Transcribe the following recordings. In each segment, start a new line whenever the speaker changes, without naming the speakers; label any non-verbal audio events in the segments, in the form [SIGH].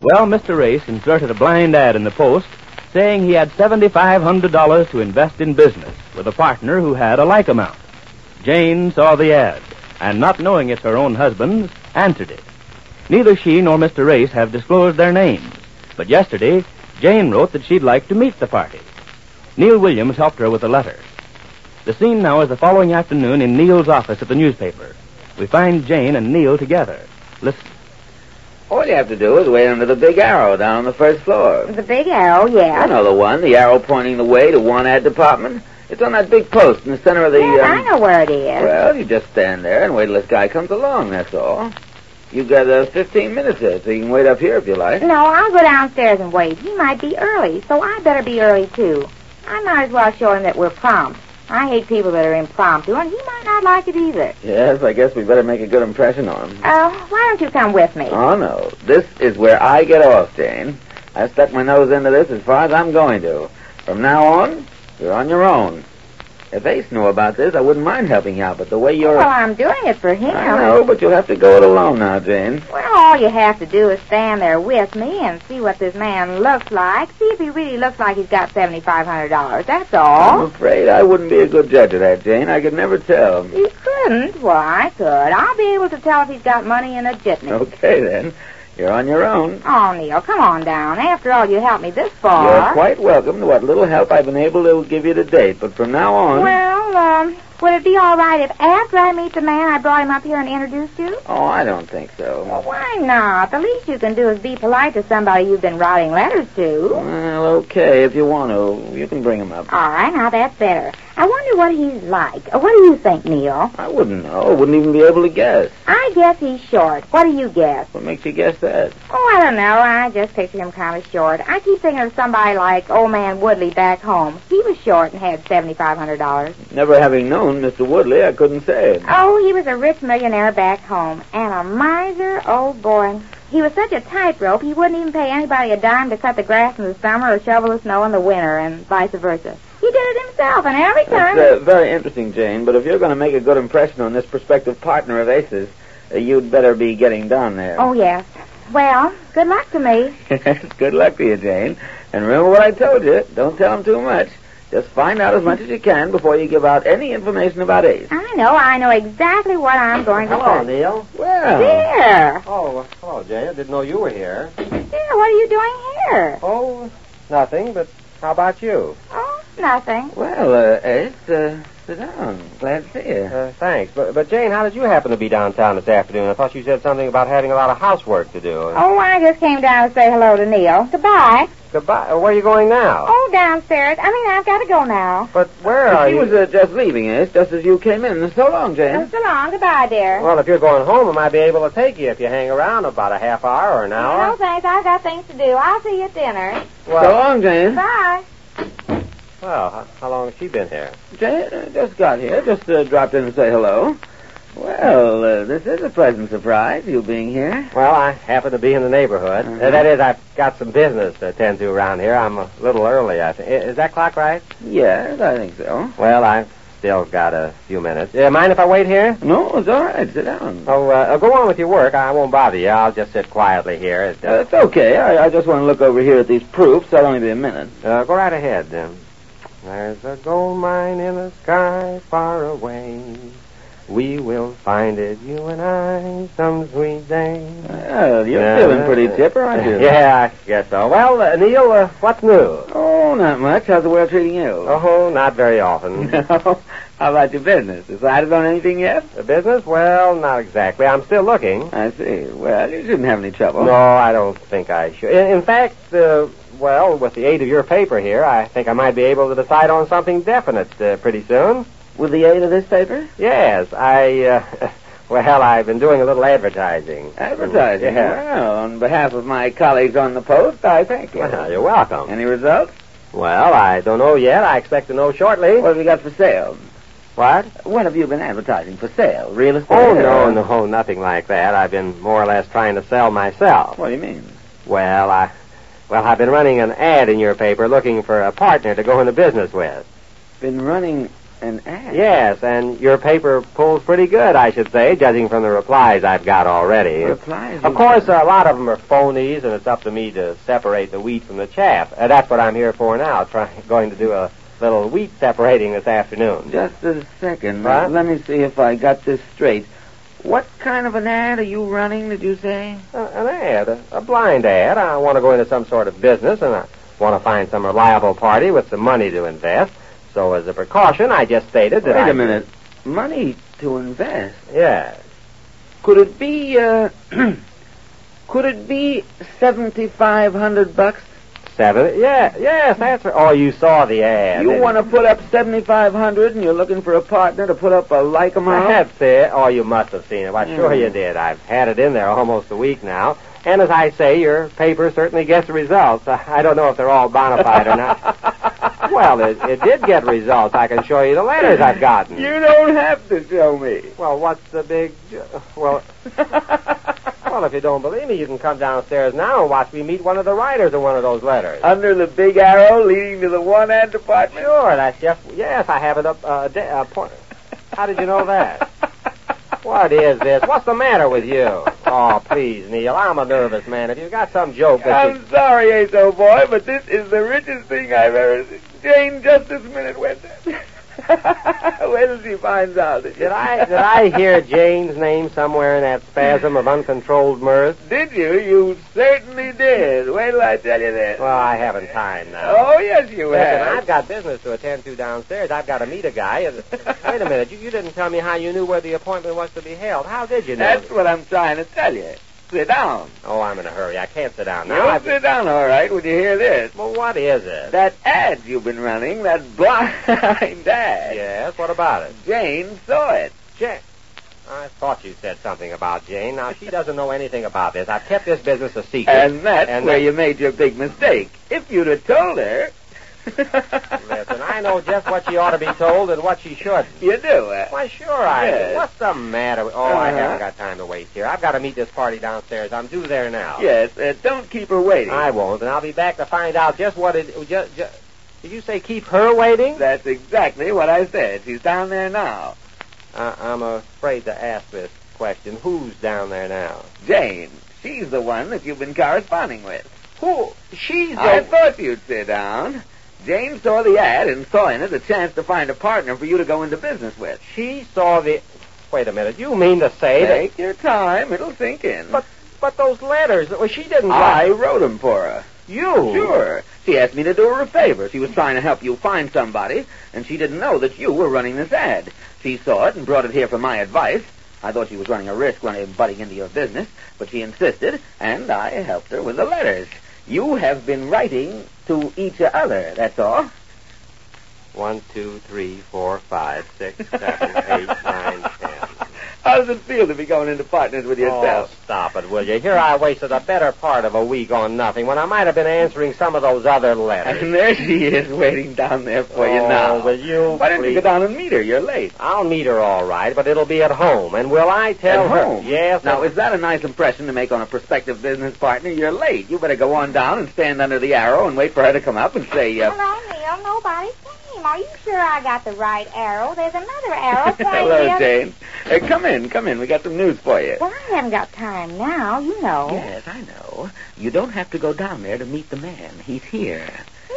Well, Mr. Race inserted a blind ad in the Post saying he had $7,500 to invest in business with a partner who had a like amount. Jane saw the ad and, not knowing it's her own husband's, answered it. Neither she nor Mr. Race have disclosed their names, but yesterday Jane wrote that she'd like to meet the party. Neil Williams helped her with a letter. The scene now is the following afternoon in Neil's office at the newspaper. We find Jane and Neil together. Listen.
All you have to do is wait under the big arrow down on the first floor.
The big arrow,
I
yes.
know the one, the arrow pointing the way to one ad department. It's on that big post in the center of the.
yes,
um,
I know where it is.
Well, you just stand there and wait till this guy comes along, that's all. You've got uh, 15 minutes there, so you can wait up here if you like.
No, I'll go downstairs and wait. He might be early, so I better be early too. I might as well show him that we're prompt. I hate people that are impromptu, and he might not like it either.
Yes, I guess we better make a good impression on him.
Uh, why don't you come with me?
Oh, no. This is where I get off, Jane. I stuck my nose into this as far as I'm going to. From now on, you're on your own. If Ace knew about this, I wouldn't mind helping you out, but the way you're...
well, I'm doing it for him.
I know, but you'll have to go it alone now, Jane.
Well, all you have to do is stand there with me and see what this man looks like. See if he really looks like he's got seventy-five hundred dollars. That's all.
I'm afraid I wouldn't be a good judge of that, Jane. I could never tell.
You couldn't? Well, I could. I'll be able to tell if he's got money in a jitney.
Okay, then. You're on your own.
Oh, Neil, come on down. After all, you helped me this far.
You're quite welcome to what little help I've been able to give you to date, but from now on...
Well, um, would it be all right if after I meet the man, I brought him up here and introduced you?
Oh, I don't think
Well,
so.
why not? The least you can do is be polite to somebody you've been writing letters to.
Well, okay, if you want to, you can bring him up.
All right, now that's better. I wonder what he's like. Uh, What do you think, Neil?
I wouldn't know. Wouldn't even be able to guess.
I guess he's short. What do you guess?
What makes you guess that?
Oh, I don't know. I just picture him kind of short. I keep thinking of somebody like old man Woodley back home. He was short and had $7,500.
Never having known Mr. Woodley, I couldn't say.
Oh, he was a rich millionaire back home and a miser, oh boy. He was such a tightrope, he wouldn't even pay anybody a dime to cut the grass in the summer or shovel the snow in the winter and vice versa. He did it himself, and every time.
It's uh, very interesting, Jane, but if you're going to make a good impression on this prospective partner of Ace's, uh, you'd better be getting down there.
Oh, yes. Well, good luck to me.
[LAUGHS] good luck to you, Jane. And remember what I told you. Don't tell him too much. Just find out as much as you can before you give out any information about Ace.
I know, I know exactly what I'm going to
Hello,
say.
Neil.
Well,
Dear,
Oh, hello, Jay. I didn't know you were here.
dear, what are you doing here?
Oh, nothing, but how about you?
Oh, nothing.
well, uh, Ace, uh, sit down. Glad to see you.
Uh, thanks. But, but, Jane, how did you happen to be downtown this afternoon? I thought you said something about having a lot of housework to do.
Oh, I just came down to say hello to Neil. Goodbye.
Goodbye. Uh, Where are you going now?
Oh, downstairs. I mean, I've got to go now.
But where are
she
you?
was uh, just leaving, Ace, just as you came in. So long, Jane.
So long. Goodbye, dear.
Well, if you're going home, I might be able to take you if you hang around about a half hour or an
No,
hour.
thanks. I've got things to do. I'll see you at dinner.
so
Well,
long, Jane.
Bye.
well, how, how long has she been here?
Jane, I just got here. Just uh, dropped in to say hello. Well, uh, this is a pleasant surprise, you being here.
Well, I happen to be in the neighborhood.
Mhm.
Uh, that is, I've got some business to attend to around here. I'm a little early, I think. I- Is that clock right?
Yes, I think so.
Well, I've still got a few minutes. Uh, mind if I wait here?
No, it's all right. Sit down.
Oh, uh, uh, go on with your work. I won't bother you. I'll just sit quietly here. It,
Uh,
uh,
it's okay. I, I just want to look over here at these proofs. I'll only be a minute.
uh, go right ahead. Um, there's a gold mine in the sky far away. We will find it, you and I, some sweet day.
Well, you're
Yeah.
feeling pretty chipper, aren't you?
[LAUGHS] yeah, I guess so. Well, uh, Neil, uh, what's new?
Oh, not much. How's the world treating you?
Oh, not very often.
[LAUGHS]
Uh,
No. [LAUGHS] How about your business? Decided on anything yet?
the business? Well, not exactly. I'm still looking.
I see. Well, you shouldn't have any trouble.
No, I don't think I should. In, in fact, uh, well, with the aid of your paper here, I think I might be able to decide on something definite uh, pretty soon.
With the aid of this paper?
Yes, I. Uh, [LAUGHS] well, I've been doing a little advertising.
Advertising.
Yeah.
Well, on behalf of my colleagues on the Post, I thank you.
Well, you're welcome.
Any results?
Well, I don't know yet. I expect to know shortly.
What have you got for sale?
What?
What have you been advertising for sale? Real estate?
Oh
or-
no, no, nothing like that. I've been more or less trying to sell myself.
What do you mean?
Well, I. Well, I've been running an ad in your paper looking for a partner to go into business with.
Been running An ad?
Yes, and your paper pulls pretty good, I should say, judging from the replies I've got already.
Replies
Of
you
course, uh,
got.
a lot of them are phonies, and it's up to me to separate the wheat from the chaff. Uh, that's what I'm here for now. Trying, going to do a little wheat separating this afternoon.
Just a second.
Huh?
Let me see if I got this straight. What kind of an ad are you running, did you say?
A- Uh, an ad, a, a blind ad. I want to go into some sort of business, and I want to find some reliable party with some money to invest. So, as a precaution, I just stated that.
Wait
I-
a minute. Money to invest?
Yes.
Could it be, uh, [CLEARS THROAT] could it be 7,500 bucks?
Seven. Yeah. Yes. That's. Right. Oh, you saw the ad.
you
didn't
want to put up 7,500 and you're looking for a partner to put up a like amount?
That's it. Oh, you must have seen it. Why, sure
Mm.
you did. I've had it in there almost a week now. And as I say, your paper certainly gets results. I I don't know if they're all bona fide
[LAUGHS]
or not. well, it, it did get results. I can show you the letters I've gotten.
You don't have to show me.
Well, what's the big... ju-
[LAUGHS]
Well, well, if you don't believe me, you can come downstairs now and watch me meet one of the writers of one of those letters.
Under the big arrow leading to the one ad department?
Sure, that's just... Yes, I have it up... Uh, da- uh, point. How did you know
[LAUGHS]
that? What is this? What's the matter with you? Oh, please, Neil. I'm a nervous man. If you've got some joke that you...
I'm sorry, Ace, old boy, but this is the richest thing I've ever seen. Jane, just this minute, went there. [LAUGHS] Wait till she finds out.
Did I did I hear Jane's name somewhere in that spasm of uncontrolled
[LAUGHS]
mirth?
Did you? You certainly did. Wait till I tell you this.
Well, I haven't time now.
Oh, yes, you
Listen,
have.
I've got business to attend to downstairs. I've got to meet a guy. And... Wait a minute. You, you didn't tell me how you knew where the appointment was to be held. How did you know?
That's what I'm trying to tell you. Sit down.
Oh, I'm in a hurry. I can't sit down now.
Now
I've-
sit down, all right, when you hear this.
Well, what is it?
That ad you've been running, that blind [LAUGHS] ad.
Yes, what about it?
Jane saw it.
Jane. I thought you said something about Jane. Now, she doesn't know anything about this. I've kept this business a secret.
And that's
And
where
that-
you made your big mistake. If you'd have told her. [LAUGHS]
Listen, I know just what she ought to be told and what she shouldn't.
You do, eh?
Why, sure I
Yes.
do. What's the matter? with- Oh, I
Uh-huh.
haven't got time to waste here. I've got to meet this party downstairs. I'm due there now.
Yes, uh, don't keep her waiting.
I won't, and I'll be back to find out just what it... Just, just, did you say keep her waiting?
That's exactly what I said. She's down there now.
I, I'm afraid to ask this question. Who's down there now?
Jane, she's the one that you've been corresponding with.
Who? She's
I thought you'd sit down. Jane saw the ad and saw in it a chance to find a partner for you to go into business with.
She saw the... Wait a minute. You mean to say that...
Take your time. It'll sink in.
But but those letters, well, she didn't
I
write
wrote 'em for her.
you.
Sure. She asked me to do her a favor. She was trying to help you find somebody, and she didn't know that you were running this ad. She saw it and brought it here for my advice. I thought she was running a risk when butting into your business, but she insisted, and I helped her with the letters. You have been writing to each other, that's all.
One, two, three, four, five, six, [LAUGHS] seven, eight, nine, ten.
How does it feel to be going into partners with yourself?
Oh, stop it, will you? Here I wasted a better part of a week on nothing when I might have been answering some of those other letters.
And there she is waiting down there for you
Oh,
now.
will you
Why don't you
please-
go down and meet her? You're late.
I'll meet her all right, but it'll be at home. And will I tell
At
her?
home?
Yes.
Now,
I-
is that a nice impression to make on a prospective business partner? You're late. You better go on down and stand under the arrow and wait for her to come up and say, uh,
Hello, Neil. Nobody came. Are you sure I got the right arrow? There's another
[LAUGHS]
arrow pointing the
Hello,
other-
Jane. Uh, come in, come in. We got some news for you.
Well, I haven't got time now. You know.
Yes, I know. You don't have to go down there to meet the man. He's here.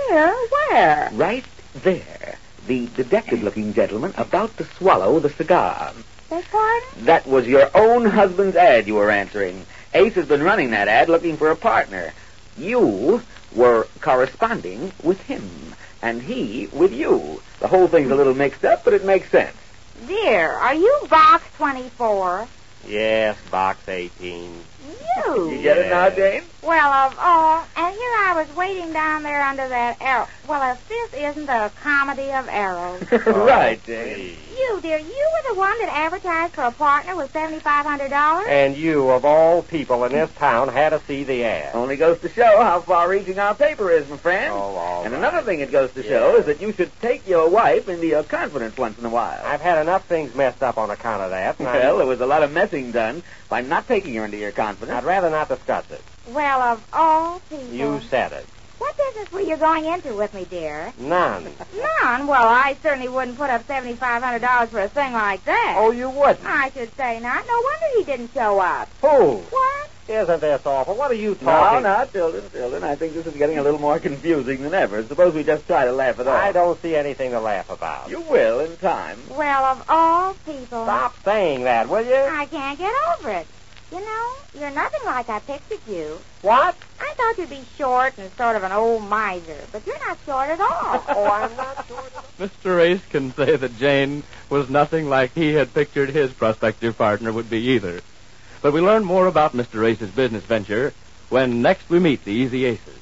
Here? Where?
Right there. The dejected looking gentleman about to swallow the cigar.
Beg pardon?
That was your own husband's ad you were answering. Ace has been running that ad looking for a partner. You were corresponding with him, and he with you. The whole thing's a little mixed up, but it makes sense.
Dear, are you box 24?
Yes, box [LAUGHS] eighteen.
You.
You get it now, Jane?
Well, of all, and here I was waiting down there under that arrow. Well, if this isn't a comedy of arrows.
[LAUGHS] right, Jane.
you, dear, you were the one that advertised for a partner with $7,500?
And you, of all people in this town, had to see the ad.
Only goes to show how far-reaching our paper is, my friend.
Oh, all
and
right.
another thing it goes to show
Yeah.
is that you should take your wife into your confidence once in a while.
I've had enough things messed up on account of that. and I-
Well, there was a lot of messing done by not taking her into your confidence.
I'd rather not discuss it.
Well, of all people.
You said it.
What does business were you going into with me, dear?
[LAUGHS]
None.
None. Well, I certainly wouldn't put up seventy-five hundred dollars for a thing like that.
Oh, you wouldn't.
I should say not. No wonder he didn't show up.
Who?
What?
Isn't this awful? What are you talking?
No, no, children, children. I think this is getting a little more [LAUGHS] confusing than ever. Suppose we just try to laugh it off.
I don't see anything to laugh about.
You will in time.
Well, of all people,
Stop saying that, will you?
I can't get over it. You know, you're nothing like I pictured you.
What?
I thought you'd be short and sort of an old miser, but you're not short at all.
Oh, I'm not sure.
Mr. Race can say that Jane was nothing like he had pictured his prospective partner would be either. But we learn more about Mr. Race's business venture when next we meet the Easy Aces.